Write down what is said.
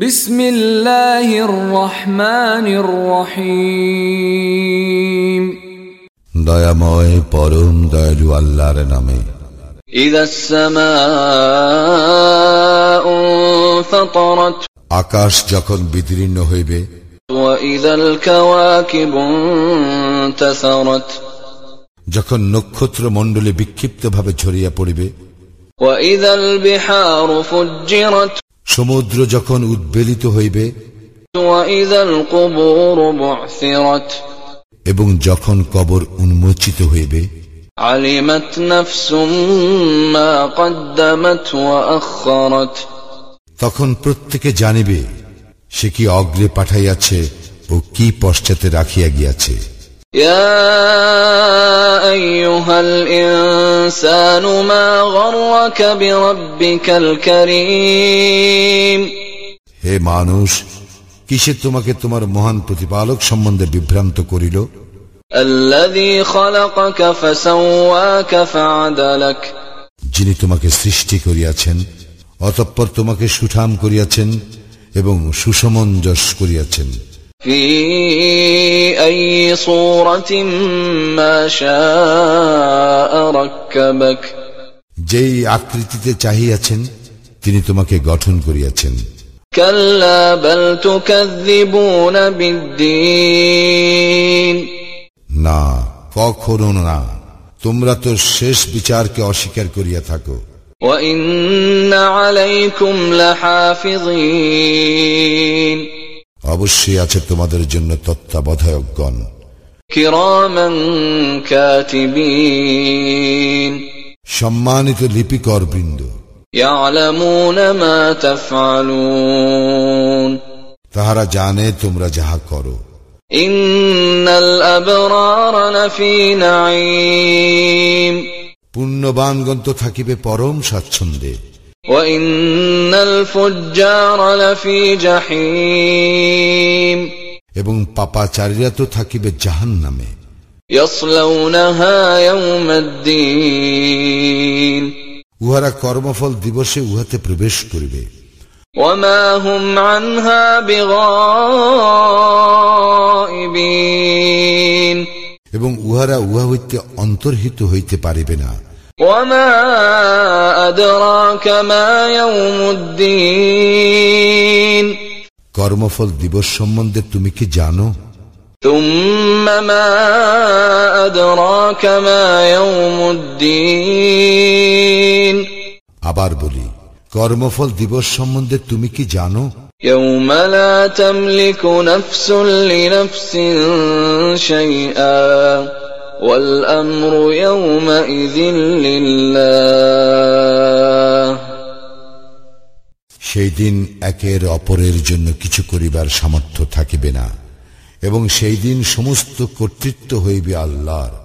بسم الله الرحمن الرحيم দয়াময় পরম দয়ালু আল্লাহর নামে إذا السماء انفطرت আকাশ যখন বিদীর্ণ হইবে وإذا الكواكب انتثرت যখন নক্ষত্র মণ্ডলে বিক্ষিপ্তভাবে ঝরিয়া পড়িবে وإذا البحار فجرت সমুদ্র যখন উদ্বেলিত হইবে وإذا القبور بعثرت এবং যখন কবর উন্মোচিত হইবে علمت نفس ما قدمت وأخرت তখন প্রত্যেকে জানিবে সে কি অগ্রে পাঠাইয়াছে ও কি পশ্চাতে রাখিয়া গিয়াছে يا أيها الإنسان ما غرك بربك الكريم হে মানুষ কিসে তোমাকে তোমার মহান প্রতিপালক সম্বন্ধে বিভ্রান্ত করিল الذي خلقك فسواك فعدلك যিনি তোমাকে সৃষ্টি করিয়াছেন অতঃপর তোমাকে সুঠাম করিয়াছেন এবং সুসমঞ্জস করিয়াছেন في أي صورة ما شاء ركبك যেই আকৃতিতে চাহিয়াছেন তিনি তোমাকে গঠন করিয়াছেন كلا بل تكذبون بالدين না কখনো না তোমরা তো শেষ বিচারকে অস্বীকার করিয়া থাকো وإن عليكم لحافظين অবশ্যই আছে তোমাদের জন্য তত্ত্বাবধায়কগণ كراما كاتبين সম্মানিত লিপিকর বৃন্দ يعلمون ما تفعلون তাহারা জানে তোমরা যাহা করো إن الأبرار لفي نعيم পুণ্যবানগণ তো থাকিবে পরম স্বাচ্ছন্দ্যে وإن الفجار لفي جحيم এবং পাপাচারীরা তো থাকিবে জাহান্নামে يصلونها يوم الدين উহারা কর্মফল দিবসে উহাতে প্রবেশ করিবে وما هم عنها بغائبين এবং উহারা উহা হইতে অন্তর্হিত হইতে পারিবে না وما أدراك ما يوم الدين কর্মফল দিবস সম্বন্ধে তুমি কি জানো ثم ما أدراك ما يوم الدين আবার বলি কর্মফল দিবস সম্বন্ধে তুমি কি জানো يوم لا تملك نفس لنفس شيئا والأمر يومئذ لله সেই দিন একের অপরের জন্য কিছু করিবার সামর্থ্য থাকিবে না এবং সেই দিন সমস্ত কর্তৃত্ব হইবে আল্লাহর